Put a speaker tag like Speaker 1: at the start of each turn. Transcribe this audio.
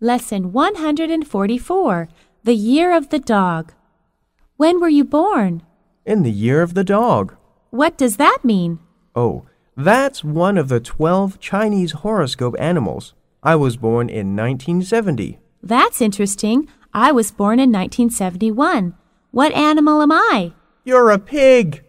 Speaker 1: Lesson 144 The Year of the Dog. When were you born?
Speaker 2: In the year of the dog.
Speaker 1: What does that mean?
Speaker 2: Oh, that's one of the 12 Chinese horoscope animals. I was born in 1970.
Speaker 1: That's interesting. I was born in 1971. What animal am I?
Speaker 2: You're a pig!